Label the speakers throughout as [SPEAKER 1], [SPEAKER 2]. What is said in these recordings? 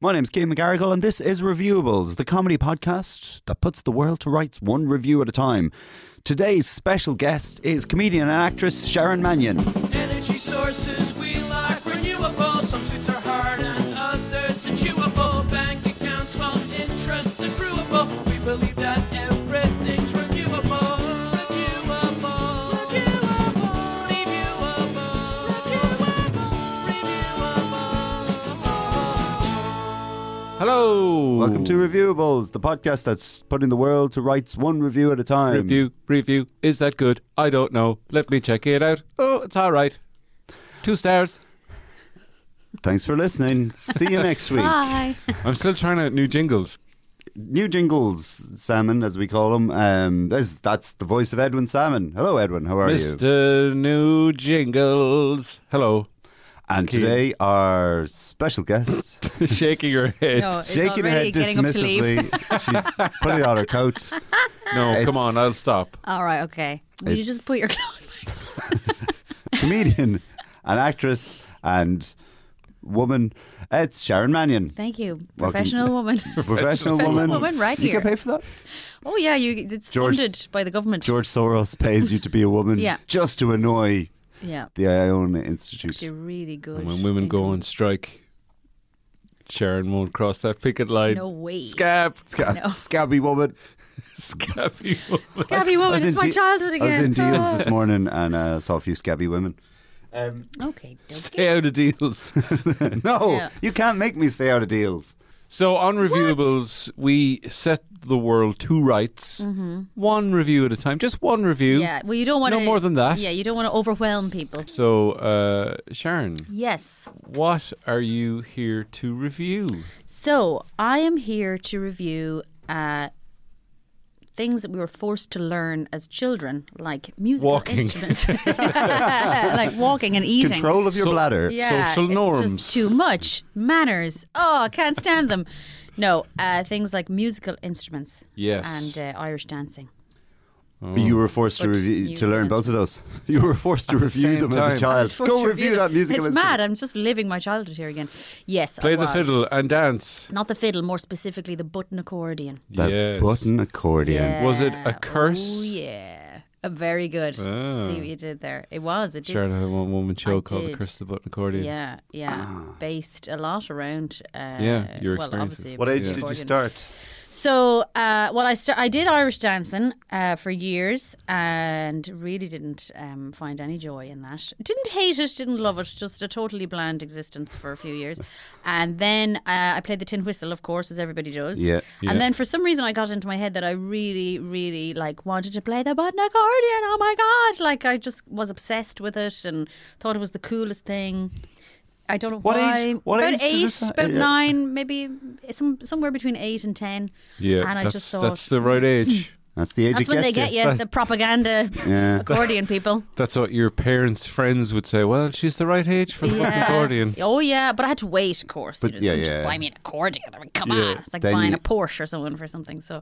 [SPEAKER 1] My name's Kay McGarrigle, and this is Reviewables, the comedy podcast that puts the world to rights one review at a time. Today's special guest is comedian and actress Sharon Mannion.
[SPEAKER 2] Energy sources we like renewable. Some sweets are hard and others are chewable. Bank accounts while interest accruable. We believe that everything's renewable. Renewable. Renewable. Renewable.
[SPEAKER 3] Hello.
[SPEAKER 1] Welcome to Reviewables, the podcast that's putting the world to rights one review at a time.
[SPEAKER 3] review. Review. Is that good? I don't know. Let me check it out. Oh, it's all right. Two stars.
[SPEAKER 1] Thanks for listening. See you next week.
[SPEAKER 4] Bye.
[SPEAKER 3] I'm still trying out new jingles.
[SPEAKER 1] New jingles, Salmon, as we call him. Um, this, that's the voice of Edwin Salmon. Hello, Edwin. How are you?
[SPEAKER 3] Mr. New Jingles. Hello.
[SPEAKER 1] And today, our special guest.
[SPEAKER 3] Shaking your head.
[SPEAKER 4] No, it's
[SPEAKER 1] shaking her
[SPEAKER 4] already
[SPEAKER 1] head
[SPEAKER 4] getting up to leave.
[SPEAKER 1] dismissively. She's putting on her coat.
[SPEAKER 3] No,
[SPEAKER 1] It's-
[SPEAKER 3] come on. I'll stop.
[SPEAKER 4] All right, okay. Will you
[SPEAKER 1] It's-
[SPEAKER 4] just put your clothes back?
[SPEAKER 1] Comedian, an actress, and woman. It's Sharon Mannion.
[SPEAKER 4] Thank you, professional woman.
[SPEAKER 1] Professional,
[SPEAKER 4] Professional
[SPEAKER 1] woman.
[SPEAKER 4] woman right
[SPEAKER 1] you
[SPEAKER 4] here.
[SPEAKER 1] get paid for that?
[SPEAKER 4] oh yeah, you. It's
[SPEAKER 1] George-
[SPEAKER 4] funded by the government.
[SPEAKER 1] George Soros pays you to be a woman
[SPEAKER 4] Yeah.
[SPEAKER 1] just to annoy
[SPEAKER 4] yeah,
[SPEAKER 1] the Iona Institute.
[SPEAKER 4] they're really good.
[SPEAKER 3] And when women go on strike, Sharon won't cross that picket line.
[SPEAKER 4] no way,
[SPEAKER 3] Scab.
[SPEAKER 1] Sca- Scabby woman.
[SPEAKER 3] Scabby.
[SPEAKER 4] scabby woman. It's my
[SPEAKER 1] De-
[SPEAKER 4] childhood again.
[SPEAKER 1] I was in Deals
[SPEAKER 4] Oh.
[SPEAKER 1] this morning and uh, saw a few scabby women.
[SPEAKER 3] Um,
[SPEAKER 4] Okay, dokey.
[SPEAKER 3] Stay out of deals.
[SPEAKER 1] no,
[SPEAKER 4] Yeah.
[SPEAKER 1] you can't make me stay out of deals.
[SPEAKER 3] So on reviewables, we set the world to rights, one review at a time, just one review.
[SPEAKER 4] Mm-hmm. yeah. Well, you don't want
[SPEAKER 3] no more than that.
[SPEAKER 4] Yeah, you don't want to overwhelm people.
[SPEAKER 3] So, uh, Sharon,
[SPEAKER 4] Yes.
[SPEAKER 3] what are you here to review?
[SPEAKER 4] So I am here to review uh, things that we were forced to learn as children, like musical
[SPEAKER 3] Walking.
[SPEAKER 4] instruments, like walking and eating.
[SPEAKER 1] Control of your
[SPEAKER 3] So-
[SPEAKER 1] bladder.
[SPEAKER 4] yeah,
[SPEAKER 3] social
[SPEAKER 4] It's
[SPEAKER 3] norms.
[SPEAKER 4] just too much manners. Oh, I can't stand them. No, uh, things like musical instruments.
[SPEAKER 3] Yes.
[SPEAKER 4] And uh, Irish dancing.
[SPEAKER 1] You were forced to
[SPEAKER 4] But
[SPEAKER 1] review to
[SPEAKER 4] musical
[SPEAKER 1] learn both of those. You were forced to review
[SPEAKER 3] same
[SPEAKER 1] them as
[SPEAKER 3] time.
[SPEAKER 1] a
[SPEAKER 3] I
[SPEAKER 1] child.
[SPEAKER 4] Just forced
[SPEAKER 1] Go
[SPEAKER 4] to
[SPEAKER 1] review that
[SPEAKER 4] them.
[SPEAKER 1] musical
[SPEAKER 4] It's
[SPEAKER 1] instrument.
[SPEAKER 4] mad. I'm just living my childhood here again. Yes. I
[SPEAKER 3] Play the
[SPEAKER 4] was.
[SPEAKER 3] fiddle and dance.
[SPEAKER 4] Not the fiddle, more specifically the button accordion.
[SPEAKER 1] That
[SPEAKER 3] yes.
[SPEAKER 1] button accordion.
[SPEAKER 3] Was it
[SPEAKER 4] Yeah.
[SPEAKER 3] a curse? Ah.
[SPEAKER 4] Oh, yeah. Uh, Very good. See what you did there. It was. It did.
[SPEAKER 3] Sharon had a one woman show
[SPEAKER 4] I
[SPEAKER 3] called The
[SPEAKER 4] did.
[SPEAKER 3] Curse of the Button Accordion.
[SPEAKER 4] Yeah, yeah.
[SPEAKER 1] Ah.
[SPEAKER 4] Based a lot around. Uh,
[SPEAKER 3] Yeah, your
[SPEAKER 4] well,
[SPEAKER 3] experiences.
[SPEAKER 4] obviously,
[SPEAKER 1] What age
[SPEAKER 4] button
[SPEAKER 1] did you
[SPEAKER 4] accordion.
[SPEAKER 1] start?
[SPEAKER 4] So, uh, well, I st- I did Irish dancing uh, for years and really didn't um, find any joy in that. Didn't hate it, didn't love it, just a totally bland existence for a few years. And then uh, I played the tin whistle, of course, as everybody does.
[SPEAKER 1] Yeah.
[SPEAKER 3] Yeah.
[SPEAKER 4] And then for some reason, I got into my head that I really, really like wanted to play the button accordion. Oh my god! Like I just was obsessed with it and thought it was the coolest thing. I don't know
[SPEAKER 1] What
[SPEAKER 4] why.
[SPEAKER 1] age- what
[SPEAKER 4] about
[SPEAKER 1] age did
[SPEAKER 4] eight,
[SPEAKER 1] this ha-
[SPEAKER 4] about
[SPEAKER 1] yeah.
[SPEAKER 4] nine, maybe some somewhere between eight and ten.
[SPEAKER 3] Yeah,
[SPEAKER 4] and I
[SPEAKER 3] that's,
[SPEAKER 4] just thought
[SPEAKER 3] that's the right age.
[SPEAKER 1] That's the age it
[SPEAKER 4] that's when they
[SPEAKER 1] gets
[SPEAKER 4] get you, the propaganda
[SPEAKER 1] Yeah.
[SPEAKER 4] accordion people.
[SPEAKER 3] that's what your parents' friends would say. Well, she's the right age for the button accordion.
[SPEAKER 4] Oh yeah, but I had to wait, of course.
[SPEAKER 1] But
[SPEAKER 4] you know,
[SPEAKER 1] yeah,
[SPEAKER 4] you couldn't
[SPEAKER 1] yeah.
[SPEAKER 4] Just buy me an accordion. I mean, come
[SPEAKER 3] Yeah.
[SPEAKER 4] on, it's like
[SPEAKER 1] Then
[SPEAKER 4] buying
[SPEAKER 1] you-
[SPEAKER 4] a Porsche or someone for something. So,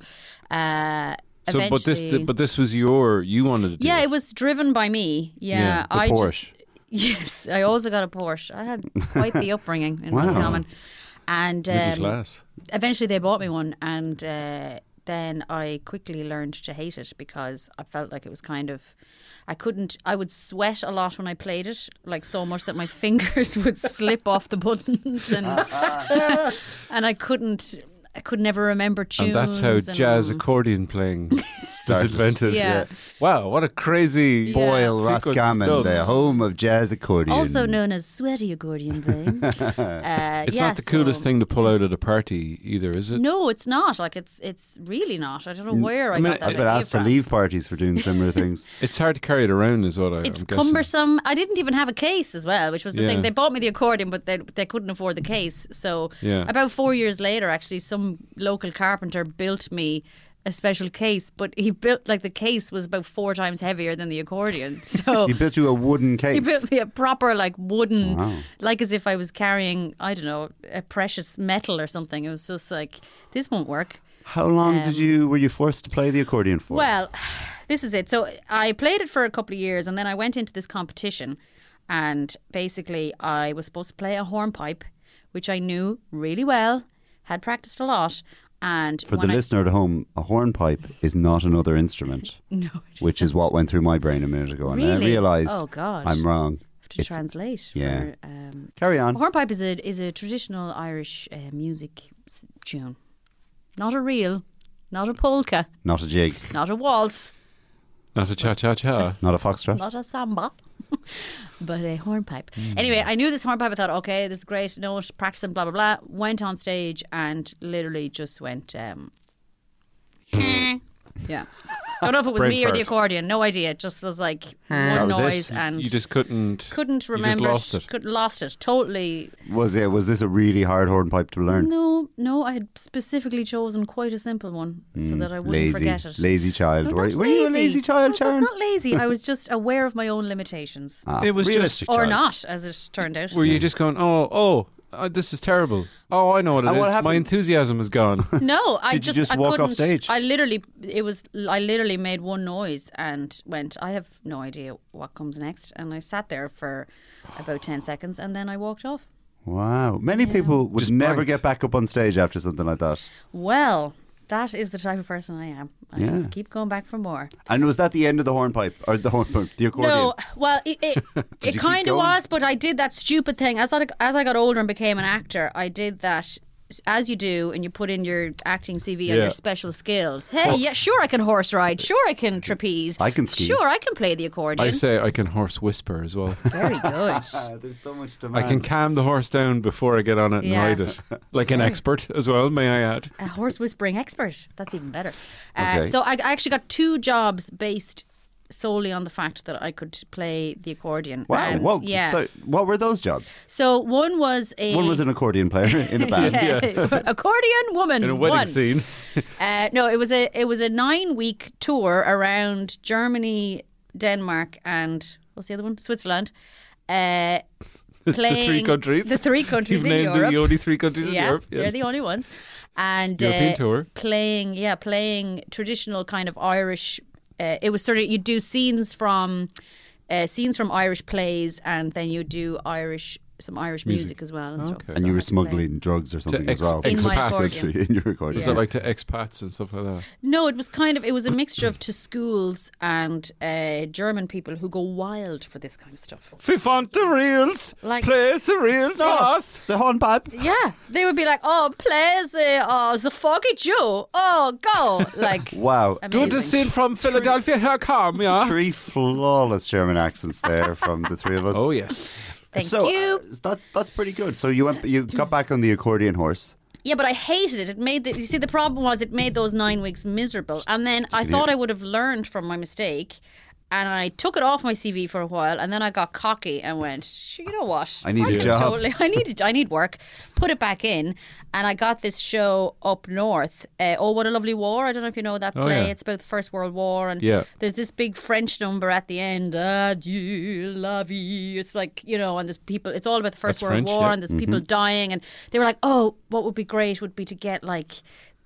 [SPEAKER 4] uh,
[SPEAKER 3] So,
[SPEAKER 4] eventually,
[SPEAKER 3] but this, but this was your. You wanted to do.
[SPEAKER 4] yeah,
[SPEAKER 3] it.
[SPEAKER 4] it was driven by me. Yeah,
[SPEAKER 3] Yeah,
[SPEAKER 1] The
[SPEAKER 4] I
[SPEAKER 1] Porsche.
[SPEAKER 4] just yes, I also got a Porsche. I had quite the upbringing in
[SPEAKER 1] Wow.
[SPEAKER 4] Roscommon, and
[SPEAKER 3] Middle
[SPEAKER 4] um,
[SPEAKER 3] class.
[SPEAKER 4] eventually they bought me one, and uh, then I quickly learned to hate it because I felt like it was kind of. I couldn't. I would sweat a lot when I played it, like so much that my fingers would slip off the buttons, and and I couldn't. I could never remember tunes.
[SPEAKER 3] And that's how jazz
[SPEAKER 4] and-
[SPEAKER 3] accordion playing was invented.
[SPEAKER 4] Yeah. Yeah.
[SPEAKER 3] Wow, what a crazy
[SPEAKER 1] Boyle
[SPEAKER 3] Sequence of
[SPEAKER 1] Roscommon, the
[SPEAKER 3] doves.
[SPEAKER 1] home of jazz accordion.
[SPEAKER 4] also known as sweaty accordion playing. uh,
[SPEAKER 3] It's
[SPEAKER 4] yeah,
[SPEAKER 3] not the coolest
[SPEAKER 4] so-
[SPEAKER 3] thing to pull out at a party either, is it?
[SPEAKER 4] No, it's not. Like it's it's really not. I don't know where I,
[SPEAKER 3] mean,
[SPEAKER 4] got that
[SPEAKER 1] I've been
[SPEAKER 4] idea
[SPEAKER 1] asked to
[SPEAKER 4] from.
[SPEAKER 1] leave parties for doing similar things.
[SPEAKER 3] It's hard to carry it around, is what I,
[SPEAKER 4] It's
[SPEAKER 3] I'm guessing.
[SPEAKER 4] cumbersome. I didn't even have a case as well, which was the
[SPEAKER 3] Yeah.
[SPEAKER 4] thing. They bought me the accordion, but they they couldn't afford the case. So
[SPEAKER 3] Yeah.
[SPEAKER 4] about four years later, actually, some local carpenter built me a special case, but he built like the case was about four times heavier than the accordion. So
[SPEAKER 1] He built you a wooden
[SPEAKER 4] He
[SPEAKER 1] case.
[SPEAKER 4] built me a proper like wooden, like as if I was carrying I don't know a precious metal or something. It was just like this won't work.
[SPEAKER 1] How long
[SPEAKER 4] Um,
[SPEAKER 1] did you were you forced to play the accordion for?
[SPEAKER 4] Well, this is it. So I played it for a couple of years, and then I went into this competition, and basically I was supposed to play a hornpipe which I knew really well, had practiced a lot. And
[SPEAKER 1] For the
[SPEAKER 4] when I-
[SPEAKER 1] listener at home, a hornpipe is not another instrument,
[SPEAKER 4] no, it
[SPEAKER 1] which is what went through my brain a minute ago, and I
[SPEAKER 4] Really?
[SPEAKER 1] realised
[SPEAKER 4] Oh, God.
[SPEAKER 1] I'm wrong.
[SPEAKER 4] have to
[SPEAKER 1] It's-
[SPEAKER 4] translate.
[SPEAKER 1] yeah.
[SPEAKER 4] For, um,
[SPEAKER 1] Carry
[SPEAKER 4] a
[SPEAKER 1] on.
[SPEAKER 4] hornpipe is a is a traditional Irish uh, music s- tune, not a reel, not a polka,
[SPEAKER 1] Not a jig.
[SPEAKER 4] not a waltz,
[SPEAKER 3] Not a cha cha cha.
[SPEAKER 1] Not a foxtrot.
[SPEAKER 4] not a samba. But a hornpipe.
[SPEAKER 1] Mm.
[SPEAKER 4] Anyway, I knew this hornpipe. I thought, okay, this is great. No, it's practicing, blah, blah, blah. Went on stage and literally just went, um, yeah. Don't know if it was
[SPEAKER 3] Brain
[SPEAKER 4] me or the
[SPEAKER 3] fart.
[SPEAKER 4] accordion. No idea. It just was like one
[SPEAKER 1] was it.
[SPEAKER 4] noise and
[SPEAKER 3] You just couldn't.
[SPEAKER 4] couldn't
[SPEAKER 3] you just
[SPEAKER 4] remember.
[SPEAKER 3] lost it.
[SPEAKER 4] Could, lost it. Totally
[SPEAKER 1] Was it? Was this a really hard hornpipe to learn?
[SPEAKER 4] No, no, I had specifically chosen quite a simple one so that I wouldn't
[SPEAKER 1] Mm. lazy,
[SPEAKER 4] forget it.
[SPEAKER 1] lazy child.
[SPEAKER 4] No, not
[SPEAKER 1] were, were you a lazy child,
[SPEAKER 4] No, I
[SPEAKER 1] Sharon?
[SPEAKER 4] was not lazy. I was just aware of my own limitations.
[SPEAKER 1] Ah,
[SPEAKER 3] It was just-
[SPEAKER 1] realistic
[SPEAKER 4] or
[SPEAKER 1] child.
[SPEAKER 4] not, as it turned out.
[SPEAKER 3] Were you just going, oh, oh, uh, this is terrible. Oh, I know what it is.
[SPEAKER 1] And what
[SPEAKER 3] My
[SPEAKER 1] happened?
[SPEAKER 3] enthusiasm is gone.
[SPEAKER 4] No, I
[SPEAKER 1] Did you
[SPEAKER 4] just,
[SPEAKER 1] just
[SPEAKER 4] I
[SPEAKER 1] walk off
[SPEAKER 4] couldn't.
[SPEAKER 1] stage?
[SPEAKER 4] I literally, it was, I literally made one noise and went. I have no idea what comes next, and I sat there for about ten seconds, and then I walked off.
[SPEAKER 1] Wow. Many people would
[SPEAKER 3] Just
[SPEAKER 1] never
[SPEAKER 3] blanked.
[SPEAKER 1] get back up on stage after something like that.
[SPEAKER 4] Well, that is the type of person I am. I
[SPEAKER 1] Yeah.
[SPEAKER 4] just keep going back for more.
[SPEAKER 1] And was that the end of the hornpipe or the hornpipe, the accordion?
[SPEAKER 4] No, well, it it,
[SPEAKER 1] you
[SPEAKER 4] it
[SPEAKER 1] keep
[SPEAKER 4] kind of
[SPEAKER 1] going?
[SPEAKER 4] was, but I did that stupid thing as I as I got older and became an actor. I did that as you do, and you put in your acting CV and
[SPEAKER 3] Yeah.
[SPEAKER 4] your special skills. Hey, yeah, sure, I can horse ride. Sure, I can trapeze.
[SPEAKER 1] I can ski.
[SPEAKER 4] Sure, I can play the
[SPEAKER 3] I
[SPEAKER 4] accordion.
[SPEAKER 3] say I can horse whisper as well.
[SPEAKER 4] Very good.
[SPEAKER 1] Ah, there's so much to
[SPEAKER 3] I can calm the horse down before I get on it
[SPEAKER 4] Yeah.
[SPEAKER 3] and ride it. Like an expert as well, may I add.
[SPEAKER 4] A horse whispering expert. That's even better. Uh,
[SPEAKER 1] Okay.
[SPEAKER 4] So I, I actually got two jobs based solely on the fact that I could play the accordion.
[SPEAKER 1] Wow.
[SPEAKER 4] And,
[SPEAKER 1] whoa.
[SPEAKER 4] Yeah.
[SPEAKER 1] So, what were those jobs?
[SPEAKER 4] so one was a
[SPEAKER 1] One was an accordion player in a band.
[SPEAKER 4] accordion woman
[SPEAKER 3] In a wedding
[SPEAKER 4] one.
[SPEAKER 3] scene.
[SPEAKER 4] Uh, no, it was a it was a nine week tour around Germany, Denmark, and what's the other one? Switzerland. Uh, playing
[SPEAKER 3] the three countries.
[SPEAKER 4] The three countries
[SPEAKER 3] You've
[SPEAKER 4] in
[SPEAKER 3] named
[SPEAKER 4] Europe.
[SPEAKER 3] the only three countries
[SPEAKER 4] yeah,
[SPEAKER 3] in Europe.
[SPEAKER 4] they're
[SPEAKER 3] yes.
[SPEAKER 4] the only ones. And
[SPEAKER 3] European
[SPEAKER 4] uh,
[SPEAKER 3] tour.
[SPEAKER 4] playing, yeah, playing traditional kind of Irish. Uh, it was sort of you do scenes from uh, scenes from Irish plays, and then you do Irish some Irish music, as well. And, stuff.
[SPEAKER 1] And
[SPEAKER 4] So
[SPEAKER 1] you
[SPEAKER 4] I
[SPEAKER 1] were
[SPEAKER 4] had to play.
[SPEAKER 1] smuggling drugs or something as
[SPEAKER 3] ex-
[SPEAKER 1] well.
[SPEAKER 3] In
[SPEAKER 4] my
[SPEAKER 1] Exactly, in your accordion.
[SPEAKER 3] Is that like to expats and stuff like that?
[SPEAKER 4] No, it was kind of it was a mixture of to schools and uh, German people who go wild for this kind of stuff.
[SPEAKER 3] Fifth on the reels.
[SPEAKER 4] Like-
[SPEAKER 3] place the reels for us.
[SPEAKER 1] the Oh, hornpipe.
[SPEAKER 4] Yeah, they would be like, "Oh, please, uh, oh, the foggy Jew, oh, go!" Like,
[SPEAKER 1] Wow.
[SPEAKER 4] Amazing.
[SPEAKER 3] Good to see from Philadelphia. Here come, yeah.
[SPEAKER 1] Three flawless German accents there from the three of us.
[SPEAKER 3] Oh, yes.
[SPEAKER 4] thank
[SPEAKER 1] so,
[SPEAKER 4] you.
[SPEAKER 1] uh, that's that's pretty good. So you went, you got back on the accordion horse.
[SPEAKER 4] Yeah, but I hated it. It made the, you see the problem was it made those nine weeks miserable, and then I thought I would have learned from my mistake, and I took it off my CV for a while, and then I got cocky and went, "Sh- you know what?
[SPEAKER 1] I need a
[SPEAKER 4] can
[SPEAKER 1] job."
[SPEAKER 4] Totally, I need I need work. Put it back in, and I got this show up north. Uh, oh, what a lovely war! I don't know if you know that
[SPEAKER 3] Oh,
[SPEAKER 4] play.
[SPEAKER 3] yeah.
[SPEAKER 4] It's about the First World War, and
[SPEAKER 3] Yeah.
[SPEAKER 4] there's this big French number at the end. Adieu la vie. It's like you know, and there's people. It's all about the First
[SPEAKER 3] That's
[SPEAKER 4] World
[SPEAKER 3] French,
[SPEAKER 4] War,
[SPEAKER 3] yeah.
[SPEAKER 4] and there's people
[SPEAKER 1] Mm-hmm.
[SPEAKER 4] dying, and they were like, "Oh, what would be great would be to get like."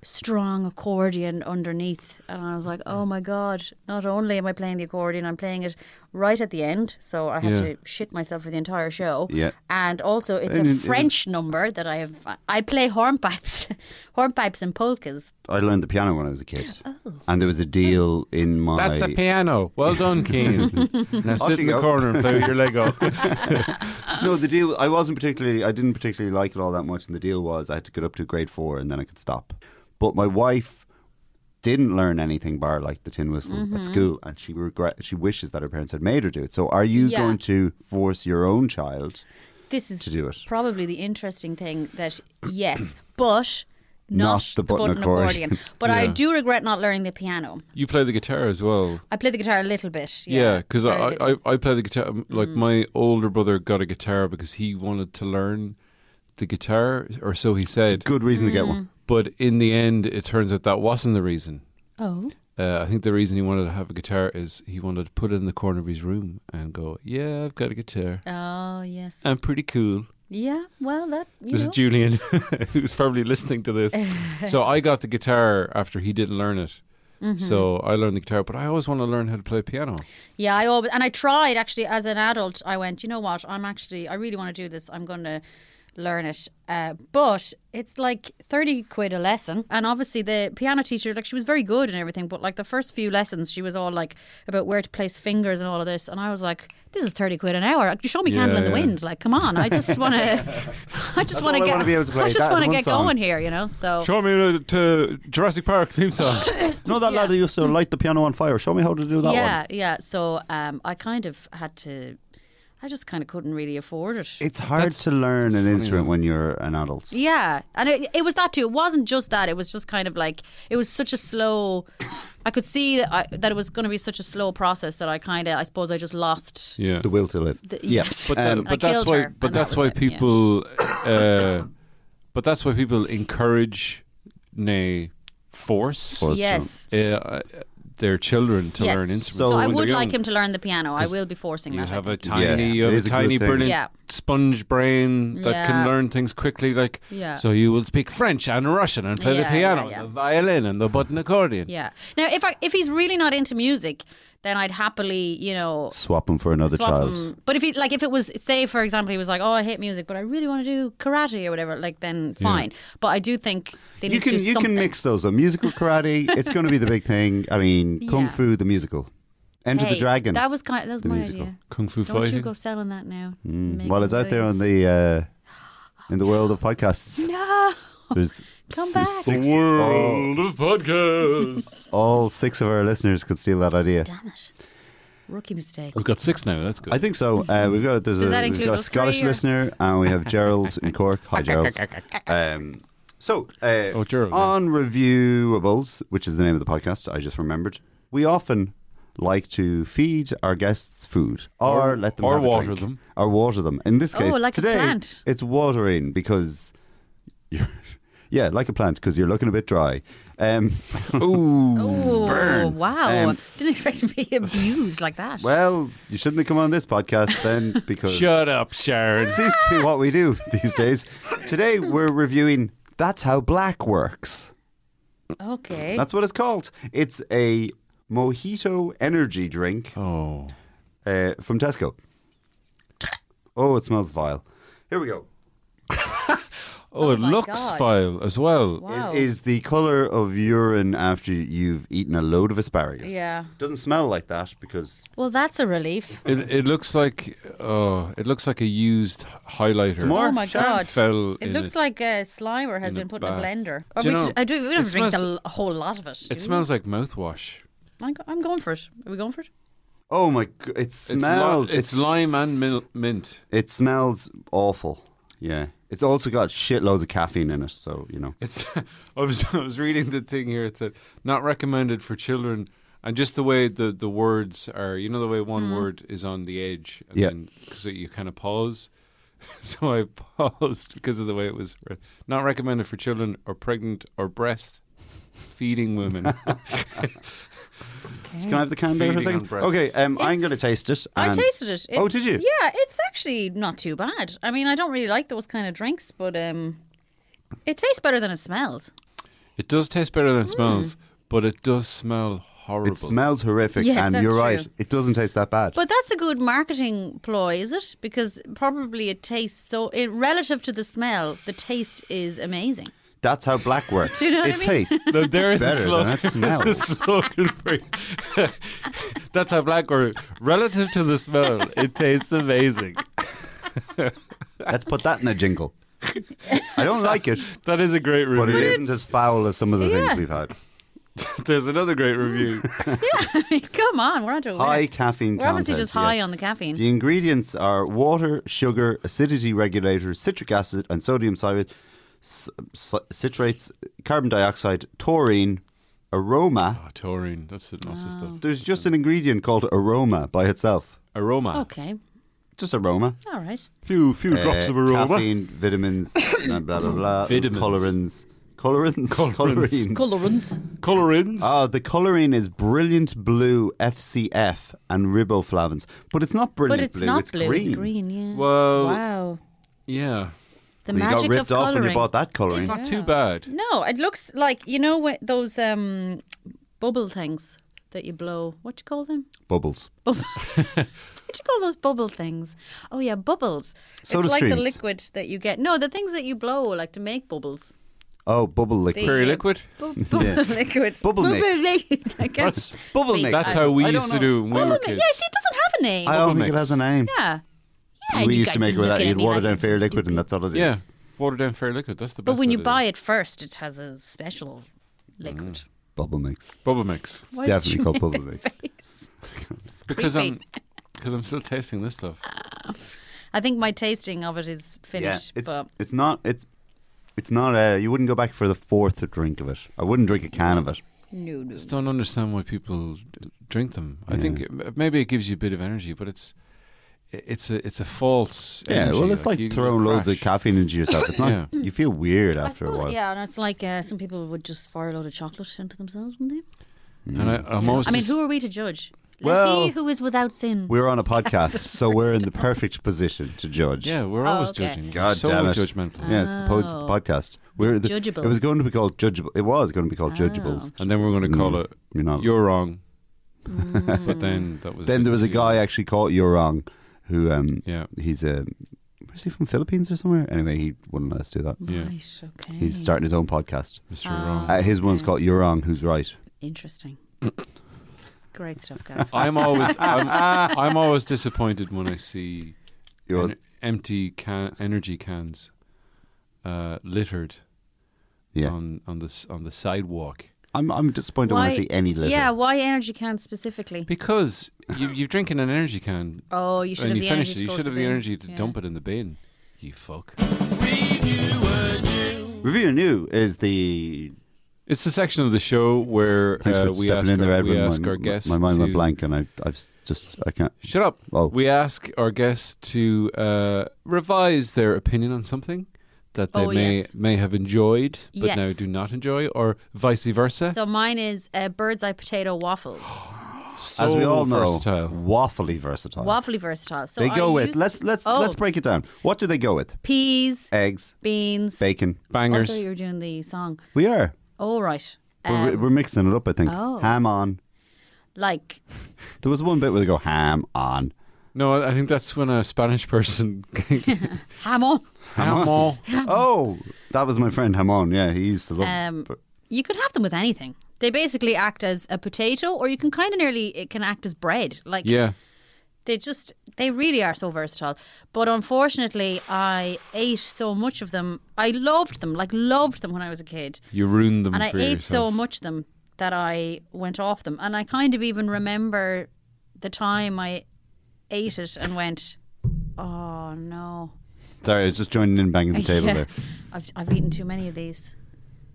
[SPEAKER 4] Strong accordion underneath, and I was like, "Oh
[SPEAKER 1] Mm.
[SPEAKER 4] my god!" Not only am I playing the accordion, I'm playing it right at the end, so I have
[SPEAKER 3] Yeah.
[SPEAKER 4] to shit myself for the entire show.
[SPEAKER 1] Yeah.
[SPEAKER 4] and also it's
[SPEAKER 1] And it-
[SPEAKER 4] a
[SPEAKER 1] it is-
[SPEAKER 4] French number that I have. I play hornpipes, hornpipes and polkas.
[SPEAKER 1] I learned the piano when I was a kid,
[SPEAKER 4] Oh.
[SPEAKER 1] and there was a deal in my.
[SPEAKER 3] That's a piano. Well done, Keen. now
[SPEAKER 1] Off
[SPEAKER 3] sit in
[SPEAKER 1] you go.
[SPEAKER 3] the corner and play with your Lego.
[SPEAKER 1] no, the deal. I wasn't particularly. I didn't particularly like it all that much, and the deal was I had to get up to grade four and then I could stop. But my wife didn't learn anything bar like the tin whistle
[SPEAKER 4] Mm-hmm.
[SPEAKER 1] at school, and she regret. She wishes that her parents had made her do it. So, are you
[SPEAKER 4] Yeah.
[SPEAKER 1] going to force your own child?
[SPEAKER 4] This is
[SPEAKER 1] To do it.
[SPEAKER 4] probably the interesting thing that yes, but not,
[SPEAKER 1] Not the button accordion.
[SPEAKER 4] But I
[SPEAKER 3] Yeah.
[SPEAKER 4] do regret not learning the piano.
[SPEAKER 3] You play the guitar as well.
[SPEAKER 4] I play the guitar a little bit.
[SPEAKER 3] Yeah,
[SPEAKER 4] Yeah,
[SPEAKER 3] because
[SPEAKER 4] very Mm.
[SPEAKER 3] I,
[SPEAKER 4] little.
[SPEAKER 3] I I play the guitar. um, Like my older brother got a guitar because he wanted to learn the guitar, or so he said.
[SPEAKER 1] Good reason to get one.
[SPEAKER 4] Mm.
[SPEAKER 3] But in the end, it turns out that wasn't the reason.
[SPEAKER 4] oh.
[SPEAKER 3] Uh, I think the reason he wanted to have a guitar is he wanted to put it in the corner of his room and go, "Yeah, I've got a guitar.
[SPEAKER 4] Oh yes.
[SPEAKER 3] I'm pretty cool."
[SPEAKER 4] yeah. Well, that you
[SPEAKER 3] Um, This
[SPEAKER 4] know.
[SPEAKER 3] is Julian, who's probably listening to this. so I got the guitar after he didn't learn it.
[SPEAKER 4] Mm-hmm.
[SPEAKER 3] So I learned the guitar, but I always want to learn how to play piano.
[SPEAKER 4] yeah, I always and I tried actually as an adult. I went, you know what? I'm actually I really want to do this. I'm going to learn it. Uh, but it's like 30 quid a lesson. And obviously, the piano teacher, like, she was very good and everything. But, like, the first few lessons, she was all like about where to place fingers and all of this. And I was like, this is 30 quid an hour. You show me
[SPEAKER 3] Yeah,
[SPEAKER 4] Candle in the
[SPEAKER 3] yeah.
[SPEAKER 4] Wind. Like, come on. I just want to, I just
[SPEAKER 1] all
[SPEAKER 4] want
[SPEAKER 1] I
[SPEAKER 4] to get,
[SPEAKER 1] wanna be able to play.
[SPEAKER 4] I just
[SPEAKER 1] That
[SPEAKER 4] want to
[SPEAKER 1] one
[SPEAKER 4] get
[SPEAKER 1] song.
[SPEAKER 4] going here, you know? So,
[SPEAKER 3] Show me to Jurassic Park theme song.
[SPEAKER 1] No, that
[SPEAKER 4] Yeah.
[SPEAKER 1] lad who used to light the piano on fire. Show me how to do that
[SPEAKER 4] yeah,
[SPEAKER 1] one.
[SPEAKER 4] yeah. So, um, I kind of had to, I just kind of couldn't really afford it.
[SPEAKER 1] It's hard
[SPEAKER 3] That's-
[SPEAKER 1] to learn an
[SPEAKER 3] funny,
[SPEAKER 1] instrument
[SPEAKER 3] man.
[SPEAKER 1] when you're an adult.
[SPEAKER 4] Yeah, and it, it was that too. It wasn't just that. It was just kind of like it was such a slow. I could see that, I, that it was going to be such a slow process that I kind of, I suppose, I just lost.
[SPEAKER 3] yeah.
[SPEAKER 1] The will to live.
[SPEAKER 4] The,
[SPEAKER 1] yes.
[SPEAKER 3] But,
[SPEAKER 1] Um,
[SPEAKER 3] that, but
[SPEAKER 4] I
[SPEAKER 3] that's
[SPEAKER 4] killed
[SPEAKER 3] why.
[SPEAKER 4] her,
[SPEAKER 3] But
[SPEAKER 4] and that
[SPEAKER 3] that's
[SPEAKER 4] was
[SPEAKER 3] why
[SPEAKER 4] it, yeah.
[SPEAKER 3] people. Uh, but that's why people encourage, nay, force
[SPEAKER 1] Force.
[SPEAKER 4] yes.
[SPEAKER 3] uh, their children to
[SPEAKER 4] yes.
[SPEAKER 3] learn
[SPEAKER 4] So,
[SPEAKER 3] instruments.
[SPEAKER 1] So
[SPEAKER 4] I
[SPEAKER 3] when
[SPEAKER 4] would
[SPEAKER 3] they're
[SPEAKER 4] like
[SPEAKER 3] young.
[SPEAKER 4] him to learn the piano. I will be forcing
[SPEAKER 3] You
[SPEAKER 4] that. I
[SPEAKER 3] have a
[SPEAKER 4] think.
[SPEAKER 3] tiny,
[SPEAKER 1] Yeah,
[SPEAKER 3] you have
[SPEAKER 1] it
[SPEAKER 3] a
[SPEAKER 1] is a good
[SPEAKER 3] tiny,
[SPEAKER 1] thing.
[SPEAKER 3] brilliant
[SPEAKER 4] Yeah.
[SPEAKER 3] sponge brain that
[SPEAKER 4] Yeah.
[SPEAKER 3] can learn things quickly. Like,
[SPEAKER 4] Yeah.
[SPEAKER 3] so you will speak French and Russian and play the
[SPEAKER 4] Yeah,
[SPEAKER 3] piano,
[SPEAKER 4] yeah, yeah.
[SPEAKER 3] and the violin, and the button accordion.
[SPEAKER 4] yeah. Now, if I if he's really not into music, then I'd happily, you know,
[SPEAKER 1] Swap him for another
[SPEAKER 4] swap
[SPEAKER 1] child.
[SPEAKER 4] him. But if he like, if it was, say, for example, he was like, "Oh, I hate music, but I really want to do karate or whatever," like, then fine. But I do think they
[SPEAKER 1] You
[SPEAKER 4] need to
[SPEAKER 1] can
[SPEAKER 4] do
[SPEAKER 1] you can
[SPEAKER 4] something.
[SPEAKER 1] mix those though. Musical karate, it's going to be the big thing. I mean, kung
[SPEAKER 4] Yeah.
[SPEAKER 1] fu, the musical, Enter
[SPEAKER 4] Hey,
[SPEAKER 1] the Dragon.
[SPEAKER 4] That was kind. That was
[SPEAKER 1] the
[SPEAKER 4] my
[SPEAKER 1] musical.
[SPEAKER 4] idea.
[SPEAKER 3] Kung Fu
[SPEAKER 4] Don't you
[SPEAKER 3] fighting.
[SPEAKER 4] go selling that now.
[SPEAKER 1] Mm.
[SPEAKER 4] Making
[SPEAKER 1] Well, it's out there on
[SPEAKER 4] millions.
[SPEAKER 1] the uh, in the world of podcasts.
[SPEAKER 4] No.
[SPEAKER 1] There's
[SPEAKER 4] Come
[SPEAKER 1] s-
[SPEAKER 4] back.
[SPEAKER 1] six. all-
[SPEAKER 3] World of podcasts.
[SPEAKER 1] all six of our listeners could steal that idea.
[SPEAKER 4] Damn it. Rookie mistake.
[SPEAKER 3] We've got six now. That's good.
[SPEAKER 1] I think so. Uh, we've got there's
[SPEAKER 4] Does
[SPEAKER 1] a,
[SPEAKER 4] that
[SPEAKER 1] we've
[SPEAKER 4] include
[SPEAKER 1] got a
[SPEAKER 4] those
[SPEAKER 1] Scottish
[SPEAKER 4] three, or-
[SPEAKER 1] listener and we have Gerald in Cork. Hi, Gerald. Um, so, uh,
[SPEAKER 3] Oh, Gerald, yeah.
[SPEAKER 1] on Reviewables, which is the name of the podcast, I just remembered, we often like to feed our guests food or,
[SPEAKER 3] Or-
[SPEAKER 1] let them
[SPEAKER 3] or
[SPEAKER 1] have a
[SPEAKER 3] water
[SPEAKER 1] drink.
[SPEAKER 3] them.
[SPEAKER 1] or water them. In this
[SPEAKER 4] Oh,
[SPEAKER 1] case,
[SPEAKER 4] like a
[SPEAKER 1] today
[SPEAKER 4] plant.
[SPEAKER 1] it's watering because you're yeah, like a plant because you're looking a bit dry. Um,
[SPEAKER 4] Oh wow!
[SPEAKER 1] Um,
[SPEAKER 4] Didn't expect to be abused like that.
[SPEAKER 1] well, you shouldn't have come on this podcast then because
[SPEAKER 3] Shut up,
[SPEAKER 1] It
[SPEAKER 3] Sharon.
[SPEAKER 1] seems to be what we do these days. Today we're reviewing That's How Black Works.
[SPEAKER 4] okay.
[SPEAKER 1] That's what it's called. It's a mojito energy drink
[SPEAKER 3] Oh.
[SPEAKER 1] uh, from Tesco. Oh, it smells vile. Here we go.
[SPEAKER 3] Oh, it
[SPEAKER 4] my
[SPEAKER 3] looks
[SPEAKER 4] God.
[SPEAKER 3] vile as well.
[SPEAKER 4] wow.
[SPEAKER 1] It is the colour of urine after you've eaten a load of asparagus.
[SPEAKER 4] Yeah.
[SPEAKER 1] Doesn't smell like that because
[SPEAKER 4] well, that's a relief.
[SPEAKER 3] It, it looks like oh, it looks like a used highlighter.
[SPEAKER 1] Some more?
[SPEAKER 4] Oh my
[SPEAKER 1] Sure.
[SPEAKER 4] god!
[SPEAKER 3] Fell
[SPEAKER 4] it
[SPEAKER 3] in
[SPEAKER 4] looks
[SPEAKER 3] it.
[SPEAKER 4] like uh, Slimer has
[SPEAKER 3] in
[SPEAKER 4] been
[SPEAKER 3] a
[SPEAKER 4] put in a
[SPEAKER 3] bath.
[SPEAKER 4] blender. Or
[SPEAKER 3] Do you
[SPEAKER 4] we,
[SPEAKER 3] know,
[SPEAKER 4] should, I do, we
[SPEAKER 3] it
[SPEAKER 4] don't drink a
[SPEAKER 3] smells-
[SPEAKER 4] l- a whole lot of it. do we?
[SPEAKER 3] It smells like mouthwash.
[SPEAKER 4] I'm, go- I'm going for it. Are we going for it?
[SPEAKER 1] oh my, g- it
[SPEAKER 3] It's, li-
[SPEAKER 1] smells.
[SPEAKER 3] it's, lime and mil- mint.
[SPEAKER 1] It smells awful. Yeah. It's also got shitloads of caffeine in it, so you know.
[SPEAKER 3] It's I was I was reading the thing here. It said not recommended for children, and just the way the, the words are. You know the way one word is on the edge. And
[SPEAKER 1] Yeah.
[SPEAKER 3] then- So you kind of pause. So I paused because of the way it was. writ- Not recommended for children or pregnant or breast feeding women.
[SPEAKER 1] Can I have the can there for a
[SPEAKER 3] Feeding
[SPEAKER 1] second?
[SPEAKER 3] on breasts.
[SPEAKER 1] Okay, um, I'm
[SPEAKER 4] It's-
[SPEAKER 1] going to taste it.
[SPEAKER 4] I
[SPEAKER 1] and-
[SPEAKER 4] tasted it.
[SPEAKER 1] Oh,
[SPEAKER 4] It's-
[SPEAKER 1] did you?
[SPEAKER 4] Yeah, it's actually not too bad. I mean, I don't really like those kind of drinks, but um, it tastes better than it smells.
[SPEAKER 3] It does taste better than it smells, but it does smell horrible.
[SPEAKER 1] It smells horrific,
[SPEAKER 4] Yes,
[SPEAKER 1] and
[SPEAKER 4] that's
[SPEAKER 1] you're right.
[SPEAKER 4] true.
[SPEAKER 1] It doesn't taste that bad.
[SPEAKER 4] But that's a good marketing ploy, is it? Because probably it tastes so it, relative to the smell, the taste is amazing.
[SPEAKER 1] That's how black works.
[SPEAKER 4] you know what
[SPEAKER 1] it
[SPEAKER 4] I mean?
[SPEAKER 1] tastes.
[SPEAKER 3] So there is a
[SPEAKER 1] Better than
[SPEAKER 3] slogan.
[SPEAKER 1] that
[SPEAKER 3] There's a slogan for That's how black or relative to the smell, it tastes amazing.
[SPEAKER 1] Let's put that in a jingle. I don't like it,
[SPEAKER 3] That is a great
[SPEAKER 1] but,
[SPEAKER 3] review.
[SPEAKER 1] it isn't as foul as some of the
[SPEAKER 4] yeah.
[SPEAKER 1] things we've had.
[SPEAKER 3] There's another great review.
[SPEAKER 4] I mean, come on, we're onto a winner.
[SPEAKER 1] High caffeine
[SPEAKER 4] We're obviously
[SPEAKER 1] content,
[SPEAKER 4] just high
[SPEAKER 1] yeah.
[SPEAKER 4] on the caffeine.
[SPEAKER 1] The ingredients are water, sugar, acidity regulators, citric acid, and sodium citrate, s- s- citrates, carbon dioxide, taurine, aroma.
[SPEAKER 3] Oh, taurine. That's the nasty stuff.
[SPEAKER 1] There's just an ingredient called aroma by itself.
[SPEAKER 3] Aroma.
[SPEAKER 4] Okay,
[SPEAKER 1] Just aroma.
[SPEAKER 4] all right.
[SPEAKER 3] Few few
[SPEAKER 1] Uh, Caffeine, vitamins, blah, blah, blah, blah.
[SPEAKER 3] Vitamins.
[SPEAKER 1] Colorins. Colorins.
[SPEAKER 3] Colorins.
[SPEAKER 1] Colorines.
[SPEAKER 4] Colorants.
[SPEAKER 3] Colorins.
[SPEAKER 1] Ah, the coloring is brilliant blue FCF and riboflavins, but it's not brilliant
[SPEAKER 4] But it's
[SPEAKER 1] blue.
[SPEAKER 4] not
[SPEAKER 1] it's
[SPEAKER 4] blue,
[SPEAKER 1] green.
[SPEAKER 4] it's green, yeah.
[SPEAKER 3] Well-
[SPEAKER 4] wow.
[SPEAKER 3] yeah.
[SPEAKER 4] The
[SPEAKER 1] You got
[SPEAKER 4] magic
[SPEAKER 1] ripped
[SPEAKER 4] of
[SPEAKER 1] off
[SPEAKER 4] coloring.
[SPEAKER 1] when you bought that coloring.
[SPEAKER 3] It's not too bad.
[SPEAKER 4] No, it looks like you know what those um bubble things that you blow. What do you call them?
[SPEAKER 1] Bubbles.
[SPEAKER 4] Bubble. do you call those bubble things? Oh yeah, bubbles.
[SPEAKER 1] Soda
[SPEAKER 4] it's like the
[SPEAKER 1] streams.
[SPEAKER 4] liquid that you get. No, the things that you blow like to make bubbles.
[SPEAKER 1] Oh, bubble liquid.
[SPEAKER 4] They-
[SPEAKER 3] Fairy
[SPEAKER 4] Yeah.
[SPEAKER 3] liquid.
[SPEAKER 4] Bu- Bubble
[SPEAKER 1] Yeah.
[SPEAKER 4] liquid.
[SPEAKER 1] Bubble mix.
[SPEAKER 4] liquid. I can't
[SPEAKER 3] That's-
[SPEAKER 1] bubble
[SPEAKER 4] speak.
[SPEAKER 1] mix.
[SPEAKER 3] That's
[SPEAKER 1] I-
[SPEAKER 3] how we
[SPEAKER 1] I don't
[SPEAKER 3] used to
[SPEAKER 1] know.
[SPEAKER 3] do when we
[SPEAKER 4] Bubble
[SPEAKER 3] were
[SPEAKER 4] mix.
[SPEAKER 3] kids.
[SPEAKER 4] Yes, it doesn't have a name.
[SPEAKER 1] I don't
[SPEAKER 3] Bubble
[SPEAKER 1] think it
[SPEAKER 3] mix.
[SPEAKER 1] has a name.
[SPEAKER 4] yeah. Yeah,
[SPEAKER 1] we
[SPEAKER 4] you
[SPEAKER 1] used
[SPEAKER 4] guys
[SPEAKER 1] to make it
[SPEAKER 4] are
[SPEAKER 1] with that.
[SPEAKER 4] looking at
[SPEAKER 1] You'd
[SPEAKER 4] me
[SPEAKER 1] water
[SPEAKER 4] like
[SPEAKER 1] down
[SPEAKER 4] it's
[SPEAKER 1] fairy liquid, and that's all it is.
[SPEAKER 3] yeah, water down fairy liquid. That's the best.
[SPEAKER 4] But when
[SPEAKER 3] way
[SPEAKER 4] you
[SPEAKER 3] to do
[SPEAKER 4] buy it first, it has a special liquid.
[SPEAKER 1] Bubble mix.
[SPEAKER 3] bubble mix,
[SPEAKER 4] Why did
[SPEAKER 1] Mm. Definitely
[SPEAKER 4] you
[SPEAKER 1] called bubble mix.
[SPEAKER 4] mix?
[SPEAKER 3] because
[SPEAKER 4] creepy.
[SPEAKER 3] I'm because I'm still tasting this stuff.
[SPEAKER 4] I think my tasting of it is finished.
[SPEAKER 1] it's,
[SPEAKER 4] but
[SPEAKER 1] it's not. It's it's not. Uh, you wouldn't go back for the fourth drink of it. I wouldn't drink a can of it.
[SPEAKER 4] no, no.
[SPEAKER 3] just don't understand why people drink them. I think it, maybe it gives you a bit of energy, but it's it's a it's a false.
[SPEAKER 1] Yeah,
[SPEAKER 3] energy.
[SPEAKER 1] well, it's like
[SPEAKER 3] you can
[SPEAKER 1] throwing loads of
[SPEAKER 3] crash.
[SPEAKER 1] caffeine into yourself. It's not.
[SPEAKER 3] Yeah.
[SPEAKER 1] You feel weird
[SPEAKER 4] I
[SPEAKER 1] after a
[SPEAKER 4] suppose-
[SPEAKER 1] while.
[SPEAKER 4] Yeah, and it's like uh, some people would just fire a load of chocolate into themselves, wouldn't they?
[SPEAKER 3] And I, I'm always
[SPEAKER 4] I mean,
[SPEAKER 3] dis-
[SPEAKER 4] who are we to judge? Let
[SPEAKER 1] Well-
[SPEAKER 4] he who is without sin.
[SPEAKER 1] We're on a podcast, so we're in the perfect position to judge.
[SPEAKER 3] yeah, we're always
[SPEAKER 4] Oh, okay.
[SPEAKER 3] judging.
[SPEAKER 1] God
[SPEAKER 3] so
[SPEAKER 1] damn it.
[SPEAKER 3] judgmental.
[SPEAKER 1] Yeah, it's the, pod-
[SPEAKER 4] Oh.
[SPEAKER 1] podcast. We're the,
[SPEAKER 4] Judgeables. Oh.
[SPEAKER 1] It was going to be called judgeable. It was going to be called judgeables.
[SPEAKER 3] And then we're going to call it.
[SPEAKER 1] You're not.
[SPEAKER 3] You're wrong.
[SPEAKER 4] Oh, Mm.
[SPEAKER 3] but then that
[SPEAKER 1] Oh.
[SPEAKER 3] was.
[SPEAKER 1] then there was a
[SPEAKER 3] bit
[SPEAKER 1] guy
[SPEAKER 3] too-
[SPEAKER 1] actually called You're Wrong, who um,
[SPEAKER 3] Yeah.
[SPEAKER 1] he's a where's he from Philippines or somewhere? Anyway, he wouldn't let us do that.
[SPEAKER 3] Yeah.
[SPEAKER 4] Right, okay.
[SPEAKER 1] He's starting his own podcast.
[SPEAKER 3] Mr.
[SPEAKER 4] Ah.
[SPEAKER 3] Wrong.
[SPEAKER 1] Uh, his one's called You're Wrong, Who's Right?
[SPEAKER 4] Interesting. Great stuff, guys.
[SPEAKER 3] I'm always I'm, I'm always disappointed when I see
[SPEAKER 1] You're
[SPEAKER 3] en- empty can, energy cans uh, littered
[SPEAKER 1] yeah.
[SPEAKER 3] on on the s- on the sidewalk.
[SPEAKER 1] I'm I'm disappointed when I see any litter.
[SPEAKER 4] Yeah, why energy cans specifically?
[SPEAKER 3] Because you, you're drinking an energy can
[SPEAKER 4] Oh, you
[SPEAKER 3] and
[SPEAKER 4] should have
[SPEAKER 3] you
[SPEAKER 4] the
[SPEAKER 3] finish
[SPEAKER 4] energy.
[SPEAKER 3] it.
[SPEAKER 4] to
[SPEAKER 3] You
[SPEAKER 4] go
[SPEAKER 3] should
[SPEAKER 4] to
[SPEAKER 3] have
[SPEAKER 4] the
[SPEAKER 3] the
[SPEAKER 4] bin.
[SPEAKER 3] energy to
[SPEAKER 4] Yeah.
[SPEAKER 3] dump it in the bin. You fuck.
[SPEAKER 1] Review new is the
[SPEAKER 3] It's the section of the show where
[SPEAKER 1] thanks
[SPEAKER 3] uh,
[SPEAKER 1] for
[SPEAKER 3] we
[SPEAKER 1] stepping
[SPEAKER 3] ask
[SPEAKER 1] in there,
[SPEAKER 3] our,
[SPEAKER 1] Edwin.
[SPEAKER 3] we ask
[SPEAKER 1] my,
[SPEAKER 3] our guests.
[SPEAKER 1] my mind
[SPEAKER 3] to,
[SPEAKER 1] went blank, and I I've s- just I can't.
[SPEAKER 3] Shut up.
[SPEAKER 1] Oh.
[SPEAKER 3] We ask our guests to uh, revise their opinion on something that they
[SPEAKER 4] Oh,
[SPEAKER 3] may
[SPEAKER 4] yes.
[SPEAKER 3] may have enjoyed but now
[SPEAKER 4] Yes.
[SPEAKER 3] do not enjoy, or vice versa.
[SPEAKER 4] So mine is uh, bird's eye potato waffles,
[SPEAKER 1] As we
[SPEAKER 3] So
[SPEAKER 1] all know,
[SPEAKER 3] versatile.
[SPEAKER 1] waffully versatile.
[SPEAKER 4] Oh. waffly versatile. So
[SPEAKER 1] they
[SPEAKER 4] I
[SPEAKER 1] go with
[SPEAKER 4] used-
[SPEAKER 1] let's let's
[SPEAKER 4] Oh.
[SPEAKER 1] let's break it down. What do they go with?
[SPEAKER 4] peas,
[SPEAKER 1] Eggs,
[SPEAKER 4] beans,
[SPEAKER 1] bacon.
[SPEAKER 4] I
[SPEAKER 3] bangers.
[SPEAKER 4] thought you were doing the song.
[SPEAKER 1] We are.
[SPEAKER 4] All right.
[SPEAKER 1] We're,
[SPEAKER 4] Um,
[SPEAKER 1] we're mixing it up. I think
[SPEAKER 4] Oh.
[SPEAKER 1] ham on.
[SPEAKER 4] like
[SPEAKER 1] There was one bit where they go ham on.
[SPEAKER 3] No, I think that's when a Spanish person.
[SPEAKER 4] hamon.
[SPEAKER 3] Come on.
[SPEAKER 1] Oh, that was my friend Hamon. Yeah, he used to love.
[SPEAKER 4] Um,
[SPEAKER 1] but-
[SPEAKER 4] you could have them with anything. They basically act as a potato, or you can kind of nearly it can act as bread. Like
[SPEAKER 3] Yeah.
[SPEAKER 4] they just they really are so versatile. But unfortunately, I ate so much of them. I loved them, like loved them when I was a kid,
[SPEAKER 3] You ruined them
[SPEAKER 4] and I
[SPEAKER 3] for
[SPEAKER 4] ate so
[SPEAKER 3] yourself.
[SPEAKER 4] much of them that I went off them. And I kind of even remember the time I ate it and went, "Oh no."
[SPEAKER 1] sorry, I was just joining in, banging the table
[SPEAKER 4] Yeah.
[SPEAKER 1] there.
[SPEAKER 4] I've, I've eaten too many of these.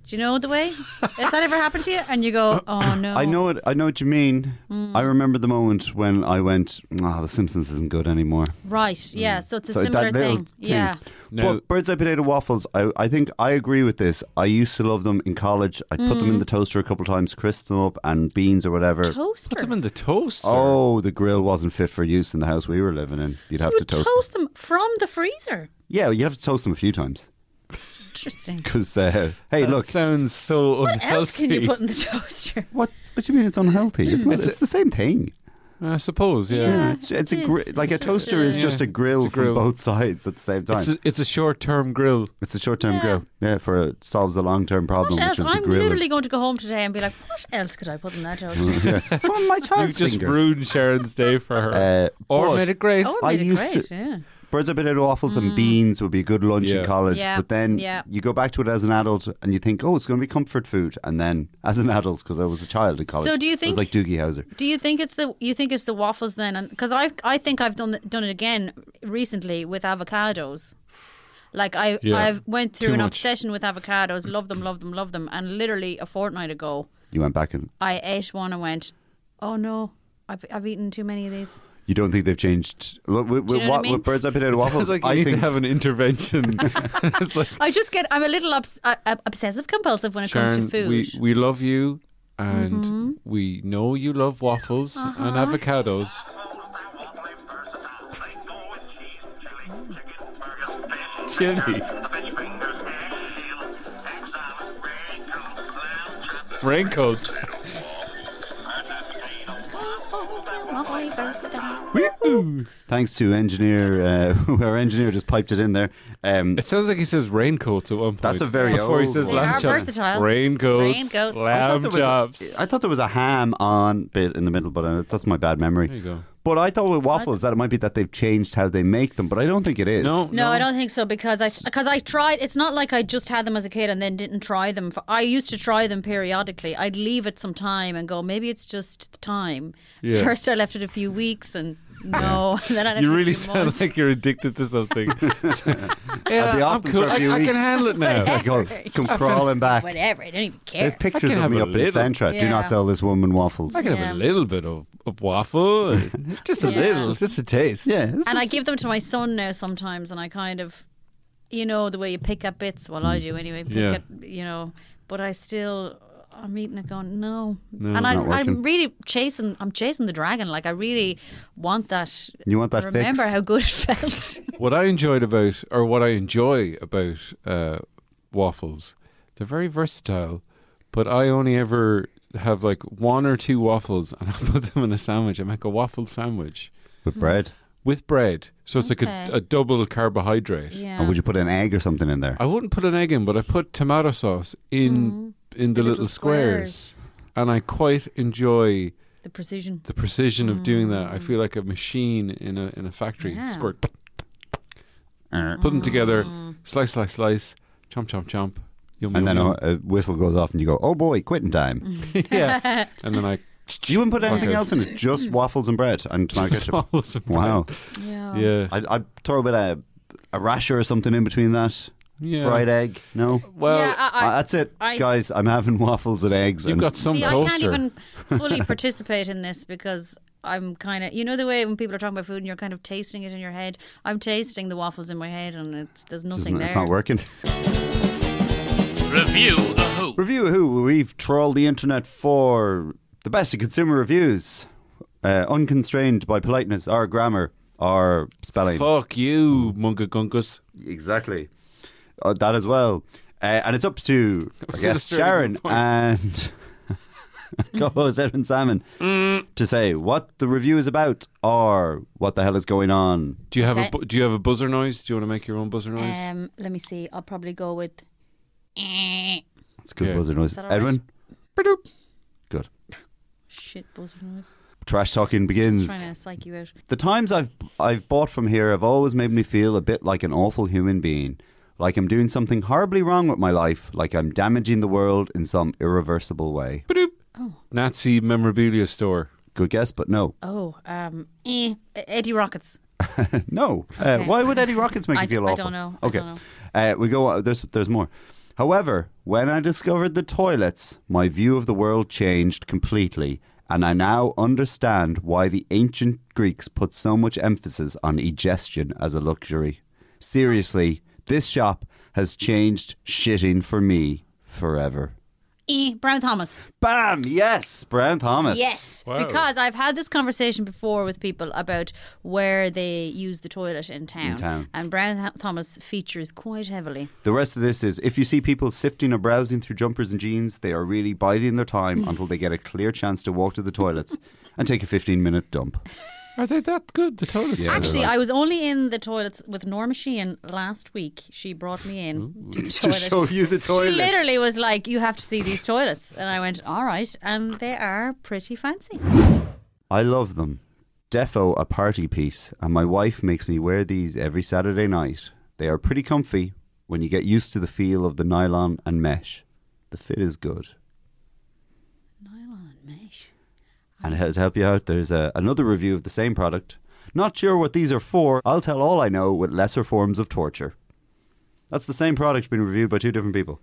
[SPEAKER 4] Do you know the way? Has that ever happened to you? And you go, oh Mm. no.
[SPEAKER 1] Uh, I know it. I know what you mean. I remember the moment when I went. Oh, The Simpsons isn't good anymore.
[SPEAKER 4] Right, yeah. So it's
[SPEAKER 1] Mm.
[SPEAKER 4] a
[SPEAKER 1] So
[SPEAKER 4] similar
[SPEAKER 1] that little
[SPEAKER 4] thing. Yeah.
[SPEAKER 3] No.
[SPEAKER 1] But bird's eye potato waffles, I, I think I agree with this. I used to love them in college. I put them in the toaster a couple times, crisp them up, and beans or whatever.
[SPEAKER 4] Mm. Toaster.
[SPEAKER 3] Put them in the toaster.
[SPEAKER 1] Oh, the grill wasn't fit for use in the house we were living in. You'd have
[SPEAKER 4] you
[SPEAKER 1] to toast.
[SPEAKER 4] toast them from the freezer.
[SPEAKER 1] Yeah, you have to toast them a few times.
[SPEAKER 4] Interesting.
[SPEAKER 1] Because uh, hey,
[SPEAKER 3] That
[SPEAKER 1] look,
[SPEAKER 3] sounds so
[SPEAKER 4] What
[SPEAKER 3] unhealthy.
[SPEAKER 4] else can you put in the toaster?
[SPEAKER 1] what? What do you mean? It's unhealthy? It's not.
[SPEAKER 3] It's
[SPEAKER 1] It's,
[SPEAKER 3] a-
[SPEAKER 1] the same thing.
[SPEAKER 3] I suppose, yeah.
[SPEAKER 4] Yeah.
[SPEAKER 1] It's, it's
[SPEAKER 4] it
[SPEAKER 1] a gri-
[SPEAKER 4] is.
[SPEAKER 1] like
[SPEAKER 4] It's
[SPEAKER 1] a
[SPEAKER 4] just
[SPEAKER 1] toaster is
[SPEAKER 4] a-
[SPEAKER 1] just a grill,
[SPEAKER 3] It's a grill.
[SPEAKER 1] from both sides at the same time.
[SPEAKER 3] It's a, it's a short-term grill.
[SPEAKER 1] It's a short-term
[SPEAKER 4] Yeah.
[SPEAKER 1] grill. Yeah, for it solves a long-term problem,
[SPEAKER 4] What
[SPEAKER 1] which
[SPEAKER 4] else?
[SPEAKER 1] is the
[SPEAKER 4] I'm
[SPEAKER 1] grill. is-
[SPEAKER 4] literally going to go home today and be like, what else could I put in that toaster?
[SPEAKER 1] Oh, my
[SPEAKER 3] You
[SPEAKER 1] child's
[SPEAKER 3] just
[SPEAKER 1] fingers.
[SPEAKER 3] ruined Sharon's day for her,
[SPEAKER 1] Uh,
[SPEAKER 3] or
[SPEAKER 1] but-
[SPEAKER 3] made it great.
[SPEAKER 4] Oh, it
[SPEAKER 1] I
[SPEAKER 4] made it
[SPEAKER 1] used
[SPEAKER 4] great,
[SPEAKER 1] to-
[SPEAKER 4] yeah.
[SPEAKER 1] Birds eye potato waffles and beans would be a good lunch
[SPEAKER 3] Yeah.
[SPEAKER 1] in college,
[SPEAKER 4] Mm. Yeah.
[SPEAKER 1] but then
[SPEAKER 4] Yeah.
[SPEAKER 1] you go back to it as an adult and you think, oh, it's going to be comfort food, and then as an adult, because I was a child in college,
[SPEAKER 4] So do
[SPEAKER 1] I
[SPEAKER 4] you
[SPEAKER 1] was
[SPEAKER 4] think-
[SPEAKER 1] like Doogie Howser?
[SPEAKER 4] Do you think it's the you think it's the waffles then? Because I I think I've done done it again recently with avocados. Like I
[SPEAKER 3] Yeah.
[SPEAKER 4] I've went through
[SPEAKER 3] Too
[SPEAKER 4] an
[SPEAKER 3] much.
[SPEAKER 4] obsession with avocados. Love them, love them, love them. And literally a fortnight ago,
[SPEAKER 1] You went back and
[SPEAKER 4] I ate one and went, "Oh no, I've I've eaten too many of these."
[SPEAKER 1] you don't think they've changed. Look, with,
[SPEAKER 4] you
[SPEAKER 1] with,
[SPEAKER 4] know what I
[SPEAKER 1] wa-
[SPEAKER 4] mean?
[SPEAKER 1] with birds eye potato waffles,
[SPEAKER 3] Sounds like you
[SPEAKER 1] I
[SPEAKER 3] need
[SPEAKER 1] think
[SPEAKER 3] to have an intervention. it's like
[SPEAKER 4] I just get I'm a little obs- uh, uh, obsessive compulsive when it
[SPEAKER 3] Sharon,
[SPEAKER 4] comes to food. Mm-hmm.
[SPEAKER 3] we we love you, and we know you love waffles
[SPEAKER 4] Uh-huh.
[SPEAKER 3] and avocados. Chili.
[SPEAKER 5] Chili.
[SPEAKER 3] Raincoats.
[SPEAKER 4] Waffles and waffles,
[SPEAKER 1] Thanks to engineer, uh, our engineer just piped it in there. Um,
[SPEAKER 3] It sounds like he says raincoats at one point.
[SPEAKER 1] That's a very
[SPEAKER 3] before he
[SPEAKER 1] old
[SPEAKER 3] says
[SPEAKER 1] one.
[SPEAKER 4] They
[SPEAKER 3] lamb
[SPEAKER 4] are
[SPEAKER 3] chops.
[SPEAKER 4] versatile.
[SPEAKER 3] Raincoats,
[SPEAKER 4] Raincoats. I
[SPEAKER 1] I thought
[SPEAKER 3] lamb
[SPEAKER 1] there was
[SPEAKER 3] chops.
[SPEAKER 1] A, I thought there was a ham on bit in the middle, but uh, that's my bad memory.
[SPEAKER 3] There you go.
[SPEAKER 1] But I thought with waffles that it might be that they've changed how they make them, but I don't think it is.
[SPEAKER 3] No,
[SPEAKER 4] No, I don't think so because I because I tried. It's not like I just had them as a kid and then didn't try them. For, I used to try them periodically. I'd leave it some time and go. Maybe it's just the time.
[SPEAKER 3] Yeah.
[SPEAKER 4] First, I left it a few weeks and no. And then I left
[SPEAKER 3] You
[SPEAKER 4] it a
[SPEAKER 3] really
[SPEAKER 4] few
[SPEAKER 3] sound
[SPEAKER 4] months.
[SPEAKER 3] like you're addicted to something.
[SPEAKER 1] I'll be
[SPEAKER 3] yeah,
[SPEAKER 1] off
[SPEAKER 3] I'm
[SPEAKER 1] them
[SPEAKER 3] cool.
[SPEAKER 1] for a
[SPEAKER 3] I,
[SPEAKER 1] few
[SPEAKER 3] I
[SPEAKER 1] weeks.
[SPEAKER 3] can handle it now.
[SPEAKER 1] I go, come crawling back. They
[SPEAKER 4] whatever. I don't even care.
[SPEAKER 1] have pictures
[SPEAKER 3] have
[SPEAKER 1] of me
[SPEAKER 3] a
[SPEAKER 1] up in
[SPEAKER 3] little.
[SPEAKER 1] Centra. Do not
[SPEAKER 4] Yeah.
[SPEAKER 1] sell this woman waffles.
[SPEAKER 3] I can have a
[SPEAKER 4] Yeah.
[SPEAKER 3] little bit of, of waffle, and- just a
[SPEAKER 4] Yeah.
[SPEAKER 3] little, just a taste.
[SPEAKER 1] Yeah, this
[SPEAKER 4] and
[SPEAKER 1] is-
[SPEAKER 4] I give them to my son now sometimes, and I kind of, you know, the way you pick up bits. Well, I do anyway. Pick
[SPEAKER 3] Yeah.
[SPEAKER 4] up, you know, but I still. I'm eating it, going no,
[SPEAKER 3] it's
[SPEAKER 4] and I,
[SPEAKER 1] not working.
[SPEAKER 4] I'm really chasing. I'm chasing the dragon. Like I really want that.
[SPEAKER 1] you want that
[SPEAKER 4] Remember
[SPEAKER 1] fix?
[SPEAKER 4] how good it felt.
[SPEAKER 3] What I enjoyed about, or what I enjoy about uh, waffles, they're very versatile, but I only ever have like one or two waffles and I put them in a sandwich. I make a waffle sandwich
[SPEAKER 1] with bread.
[SPEAKER 3] with bread. So it's like
[SPEAKER 4] Okay.
[SPEAKER 3] a, a double carbohydrate.
[SPEAKER 1] And would you put an egg or something in there?
[SPEAKER 3] I wouldn't put an egg in, but I put tomato sauce in in the,
[SPEAKER 4] Mm. The
[SPEAKER 3] little,
[SPEAKER 4] little
[SPEAKER 3] squares. and I quite enjoy
[SPEAKER 4] the precision.
[SPEAKER 3] the precision of doing that. I feel like a machine in a in a factory.
[SPEAKER 4] Mm. Yeah. Mm.
[SPEAKER 3] Squirt,
[SPEAKER 1] Er.
[SPEAKER 3] put them together, slice, slice, slice, chomp, chomp, chomp. Yum,
[SPEAKER 1] And
[SPEAKER 3] yum,
[SPEAKER 1] then
[SPEAKER 3] yum.
[SPEAKER 1] a, a whistle goes off, and you go, "Oh boy, quitting time!"
[SPEAKER 3] yeah, and then I
[SPEAKER 1] You wouldn't put anything
[SPEAKER 3] Okay.
[SPEAKER 1] else in it, just waffles and bread and tomato ketchup.
[SPEAKER 3] swallow some
[SPEAKER 1] Wow,
[SPEAKER 4] Yeah.
[SPEAKER 3] bread. Yeah,
[SPEAKER 1] I'd, I'd throw a bit of a rasher or something in between that.
[SPEAKER 3] yeah.
[SPEAKER 1] Fried egg, no.
[SPEAKER 3] Well,
[SPEAKER 4] yeah, I,
[SPEAKER 1] Uh,
[SPEAKER 4] I,
[SPEAKER 1] that's it,
[SPEAKER 4] I-
[SPEAKER 1] guys. I'm having waffles and eggs.
[SPEAKER 3] you've
[SPEAKER 1] and
[SPEAKER 3] got some
[SPEAKER 4] see, I can't
[SPEAKER 3] toaster.
[SPEAKER 4] even fully participate in this because I'm kind of, you know, the way when people are talking about food and you're kind of tasting it in your head. I'm tasting the waffles in my head, and it's, there's
[SPEAKER 1] It's
[SPEAKER 4] nothing
[SPEAKER 1] not-
[SPEAKER 4] there.
[SPEAKER 1] it's not working.
[SPEAKER 2] Review the Who.
[SPEAKER 1] Review Who. We've trawled the internet for the best of consumer reviews, uh, unconstrained by politeness, our grammar, our spelling.
[SPEAKER 3] Fuck you, Munga Gunkus.
[SPEAKER 1] Exactly. Uh, that as well. Uh, and it's up to, I
[SPEAKER 3] was
[SPEAKER 1] guess,
[SPEAKER 3] illustrating
[SPEAKER 1] Sharon
[SPEAKER 3] the point.
[SPEAKER 1] and co host Edwin Salmon
[SPEAKER 3] Mm.
[SPEAKER 1] to say what the review is about or what the hell is going on.
[SPEAKER 3] Do you have a
[SPEAKER 4] Okay.
[SPEAKER 3] bu- do you have a buzzer noise? Do you want to make your own buzzer noise?
[SPEAKER 4] Um, let me see. I'll probably go with. Eh,
[SPEAKER 1] It's a good
[SPEAKER 3] Okay.
[SPEAKER 1] buzzer noise.
[SPEAKER 4] Is that all right?
[SPEAKER 1] Edwin? Good.
[SPEAKER 4] shit, buzzer noise.
[SPEAKER 1] Trash talking
[SPEAKER 4] Just
[SPEAKER 1] begins.
[SPEAKER 4] trying to psych you out.
[SPEAKER 1] The times I've I've bought from here have always made me feel a bit like an awful human being, like I'm doing something horribly wrong with my life, like I'm damaging the world in some irreversible way.
[SPEAKER 3] Nazi memorabilia store.
[SPEAKER 1] Good guess, but no,
[SPEAKER 4] Oh, um, eh, Eddie Rockets.
[SPEAKER 1] no. Uh,
[SPEAKER 4] Okay.
[SPEAKER 1] why would Eddie Rockets make
[SPEAKER 4] I
[SPEAKER 1] you feel
[SPEAKER 4] d- I
[SPEAKER 1] awful?
[SPEAKER 4] don't know. I
[SPEAKER 1] Okay,
[SPEAKER 4] don't
[SPEAKER 1] Uh, we go. Uh, there's there's more. However, when I discovered the toilets, my view of the world changed completely, and I now understand why the ancient Greeks put so much emphasis on egestion as a luxury. Seriously, this shop has changed shitting for me forever.
[SPEAKER 4] Eh, Brown Thomas.
[SPEAKER 1] Bam! Yes, Brown Thomas.
[SPEAKER 4] Yes,
[SPEAKER 3] Wow.
[SPEAKER 4] because I've had this conversation before with people about where they use the toilet in town,
[SPEAKER 1] town.
[SPEAKER 4] and Brown Th- Thomas features quite heavily.
[SPEAKER 1] The rest of this is if you see people sifting or browsing through jumpers and jeans, they are really biding their time until they get a clear chance to walk to the toilets and take a 15 minute dump.
[SPEAKER 3] Are they that good? The toilets.
[SPEAKER 1] Yeah.
[SPEAKER 3] are?
[SPEAKER 4] Actually,
[SPEAKER 1] nice.
[SPEAKER 4] I was only in the toilets with Norma Sheehan last week. She brought me in to the
[SPEAKER 1] to show
[SPEAKER 4] toilet.
[SPEAKER 1] you the
[SPEAKER 4] She
[SPEAKER 1] toilet.
[SPEAKER 4] literally was like, "You have to see these toilets," and I went, "All right," and they are pretty fancy.
[SPEAKER 1] I love them. Defo a party piece, and my wife makes me wear these every Saturday night. They are pretty comfy when you get used to the feel of the nylon and mesh. The fit is good.
[SPEAKER 4] Nylon mesh.
[SPEAKER 1] And to help you out, there's a, another review of the same product. Not sure what these are for. I'll tell all I know with lesser forms of torture. That's the same product being reviewed by two different people.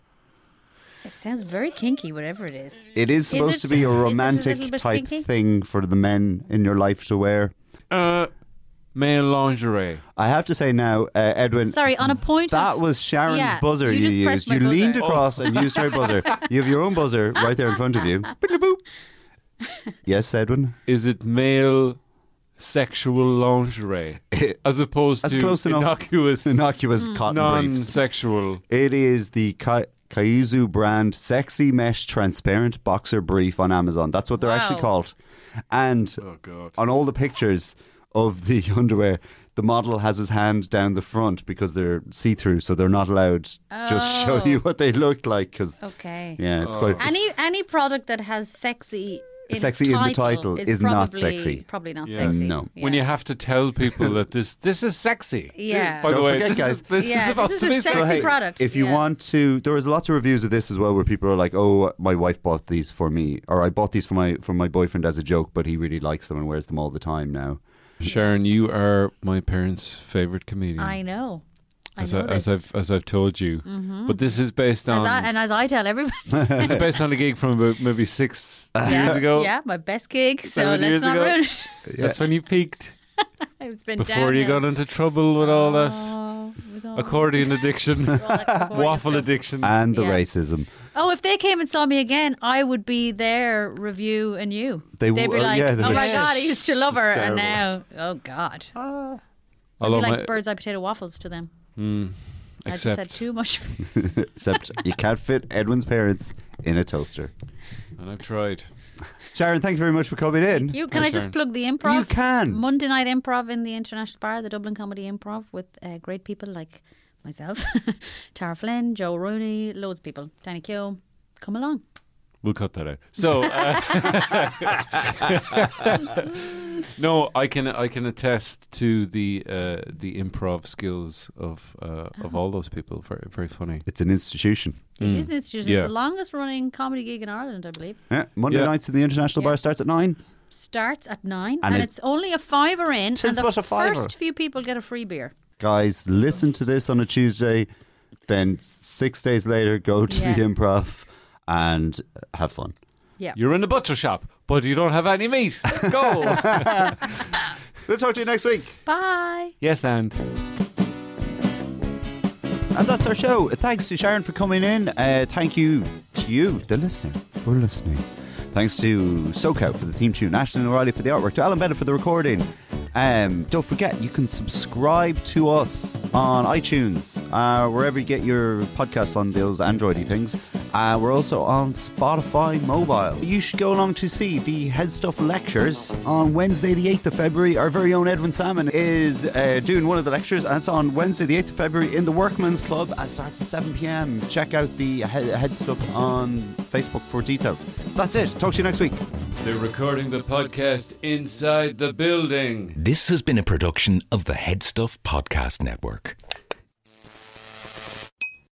[SPEAKER 4] It sounds very kinky, whatever it is.
[SPEAKER 1] It is supposed to
[SPEAKER 4] it-
[SPEAKER 1] be a
[SPEAKER 4] is it a
[SPEAKER 1] romantic
[SPEAKER 4] little bit
[SPEAKER 1] type
[SPEAKER 4] kinky?
[SPEAKER 1] thing for the men in your life to wear.
[SPEAKER 3] uh, male lingerie.
[SPEAKER 1] I have to say now, uh, Edwin.
[SPEAKER 4] Sorry, on a point. of-
[SPEAKER 1] That was Sharon's
[SPEAKER 4] Yeah,
[SPEAKER 1] buzzer
[SPEAKER 4] you
[SPEAKER 1] you,
[SPEAKER 4] just pressed
[SPEAKER 1] used.
[SPEAKER 4] my
[SPEAKER 1] You leaned
[SPEAKER 4] buzzer. Oh.
[SPEAKER 1] across and used her buzzer. You have your own buzzer right there in front of you. yes, Edwin.
[SPEAKER 3] Is it male sexual lingerie as opposed
[SPEAKER 1] That's
[SPEAKER 3] to
[SPEAKER 1] close enough.
[SPEAKER 3] innocuous
[SPEAKER 1] Innocuous cotton briefs.
[SPEAKER 3] non-sexual?
[SPEAKER 1] It is the ki- Kaizu brand sexy mesh transparent boxer brief on Amazon. That's what they're actually
[SPEAKER 4] Wow.
[SPEAKER 1] called. And
[SPEAKER 3] Oh, God.
[SPEAKER 1] on all the pictures of the underwear, the model has his hand down the front because they're see through, so they're not allowed to just show
[SPEAKER 4] Oh.
[SPEAKER 1] you what they looked like. Because
[SPEAKER 4] Okay.
[SPEAKER 1] yeah, it's quite.
[SPEAKER 4] Any any product that has sexy in
[SPEAKER 1] Sexy in
[SPEAKER 4] its
[SPEAKER 1] the
[SPEAKER 4] title
[SPEAKER 1] title
[SPEAKER 4] is,
[SPEAKER 1] is not
[SPEAKER 4] probably,
[SPEAKER 1] sexy.
[SPEAKER 4] Probably not
[SPEAKER 3] Yeah.
[SPEAKER 4] sexy.
[SPEAKER 1] No.
[SPEAKER 4] Yeah.
[SPEAKER 3] When you have to tell people that this this is sexy.
[SPEAKER 4] Yeah.
[SPEAKER 3] By the
[SPEAKER 1] Don't
[SPEAKER 3] way,
[SPEAKER 1] forget,
[SPEAKER 3] this
[SPEAKER 1] guys.
[SPEAKER 3] is, this
[SPEAKER 4] Yeah,
[SPEAKER 3] is
[SPEAKER 4] this
[SPEAKER 3] about
[SPEAKER 4] is
[SPEAKER 3] to
[SPEAKER 4] a
[SPEAKER 3] be
[SPEAKER 4] sexy
[SPEAKER 1] So,
[SPEAKER 3] sexy.
[SPEAKER 1] hey,
[SPEAKER 4] product,
[SPEAKER 1] If you
[SPEAKER 4] yeah.
[SPEAKER 1] want to, there was lots of reviews of this as well, where people are like, "Oh, my wife bought these for me, or I bought these for my for my boyfriend as a joke, but he really likes them and wears them all the time now."
[SPEAKER 3] Sharon, you are my parents' favorite
[SPEAKER 1] Mm.
[SPEAKER 3] comedian.
[SPEAKER 4] I know. I
[SPEAKER 3] as,
[SPEAKER 4] know
[SPEAKER 3] I, as
[SPEAKER 4] this. Mm-hmm.
[SPEAKER 3] I've um, as I've told you, but this is based on
[SPEAKER 4] As I, and as I tell everybody,
[SPEAKER 3] this is based on a gig from about maybe six
[SPEAKER 4] yeah,
[SPEAKER 3] years ago.
[SPEAKER 4] yeah, my best gig. So
[SPEAKER 3] Seven
[SPEAKER 4] let's
[SPEAKER 3] years
[SPEAKER 4] not
[SPEAKER 3] ago.
[SPEAKER 4] ruin it.
[SPEAKER 3] That's when you peaked
[SPEAKER 4] it's been
[SPEAKER 3] before you got
[SPEAKER 4] downhill.
[SPEAKER 3] into trouble with all that
[SPEAKER 4] Oh, with all-
[SPEAKER 3] accordion addiction,
[SPEAKER 4] all that accordion
[SPEAKER 3] waffle
[SPEAKER 4] stuff.
[SPEAKER 3] addiction.
[SPEAKER 1] And the
[SPEAKER 4] Yeah.
[SPEAKER 1] racism.
[SPEAKER 4] Oh, if they came and saw me again, I would be their review and you.
[SPEAKER 1] They
[SPEAKER 4] They
[SPEAKER 1] w-
[SPEAKER 4] would be
[SPEAKER 1] oh,
[SPEAKER 4] like,
[SPEAKER 1] yeah, they'd
[SPEAKER 4] oh
[SPEAKER 1] be
[SPEAKER 4] my
[SPEAKER 1] like,
[SPEAKER 4] God, I used to love
[SPEAKER 1] she's
[SPEAKER 4] her. And now,
[SPEAKER 1] terrible."
[SPEAKER 4] oh God. I'd
[SPEAKER 3] Although
[SPEAKER 4] be like
[SPEAKER 3] my-
[SPEAKER 4] bird's eye potato waffles to them. I just
[SPEAKER 3] except
[SPEAKER 4] had too much.
[SPEAKER 1] Except you can't fit Edwin's parents in a toaster.
[SPEAKER 3] and I've tried.
[SPEAKER 1] Sharon, thank you very much for coming in.
[SPEAKER 4] You Can I just
[SPEAKER 3] Sharon.
[SPEAKER 4] plug the improv?
[SPEAKER 1] You can.
[SPEAKER 4] Monday night improv in the International Bar, the Dublin Comedy Improv with uh, great people like myself, Tara Flynn, Joe Rooney, loads of people. Danny Keogh. Come along.
[SPEAKER 3] We'll cut that out. So, uh, no, I can I can attest to the uh, the improv skills of uh, of all those people. Very very funny.
[SPEAKER 1] It's an institution.
[SPEAKER 4] It is an institution.
[SPEAKER 3] Yeah.
[SPEAKER 4] It's the longest running comedy gig in Ireland, I believe.
[SPEAKER 1] Yeah, Monday
[SPEAKER 3] Yeah.
[SPEAKER 1] nights at the International
[SPEAKER 4] Yeah.
[SPEAKER 1] Bar starts at nine.
[SPEAKER 4] starts at nine,
[SPEAKER 1] And
[SPEAKER 4] and,
[SPEAKER 1] it-
[SPEAKER 4] it's only a fiver in,
[SPEAKER 1] Tis
[SPEAKER 4] and the
[SPEAKER 1] but a fiver.
[SPEAKER 4] first few people get a free beer.
[SPEAKER 1] Guys, listen to this on a Tuesday, then six days later, go to
[SPEAKER 4] Yeah.
[SPEAKER 1] the improv and have fun.
[SPEAKER 4] Yeah.
[SPEAKER 3] You're in the butcher shop, but you don't have any meat. Go.
[SPEAKER 1] We'll talk to you next week.
[SPEAKER 4] Bye.
[SPEAKER 3] yes, and.
[SPEAKER 1] And that's our show. Thanks to Sharon for coming in. Uh, thank you to you, the listener, for listening. Thanks to SoCal for the theme tune, Ashley O'Reilly for the artwork, to Alan Bennett for the recording. Um, don't forget, you can subscribe to us on iTunes, uh, wherever you get your podcasts on those Androidy things. Uh, we're also on Spotify mobile. You should go along to see the Head Stuff lectures on Wednesday, the 8th of February. Our very own Edwin Salmon is uh, doing one of the lectures, and it's on Wednesday, the 8th of February in the Workman's Club. and starts at 7 p.m. Check out the Head, head Stuff on Facebook for details. That's it. Talk to you next week.
[SPEAKER 3] They're recording the podcast inside the building.
[SPEAKER 5] This has been a production of the Headstuff Podcast Network.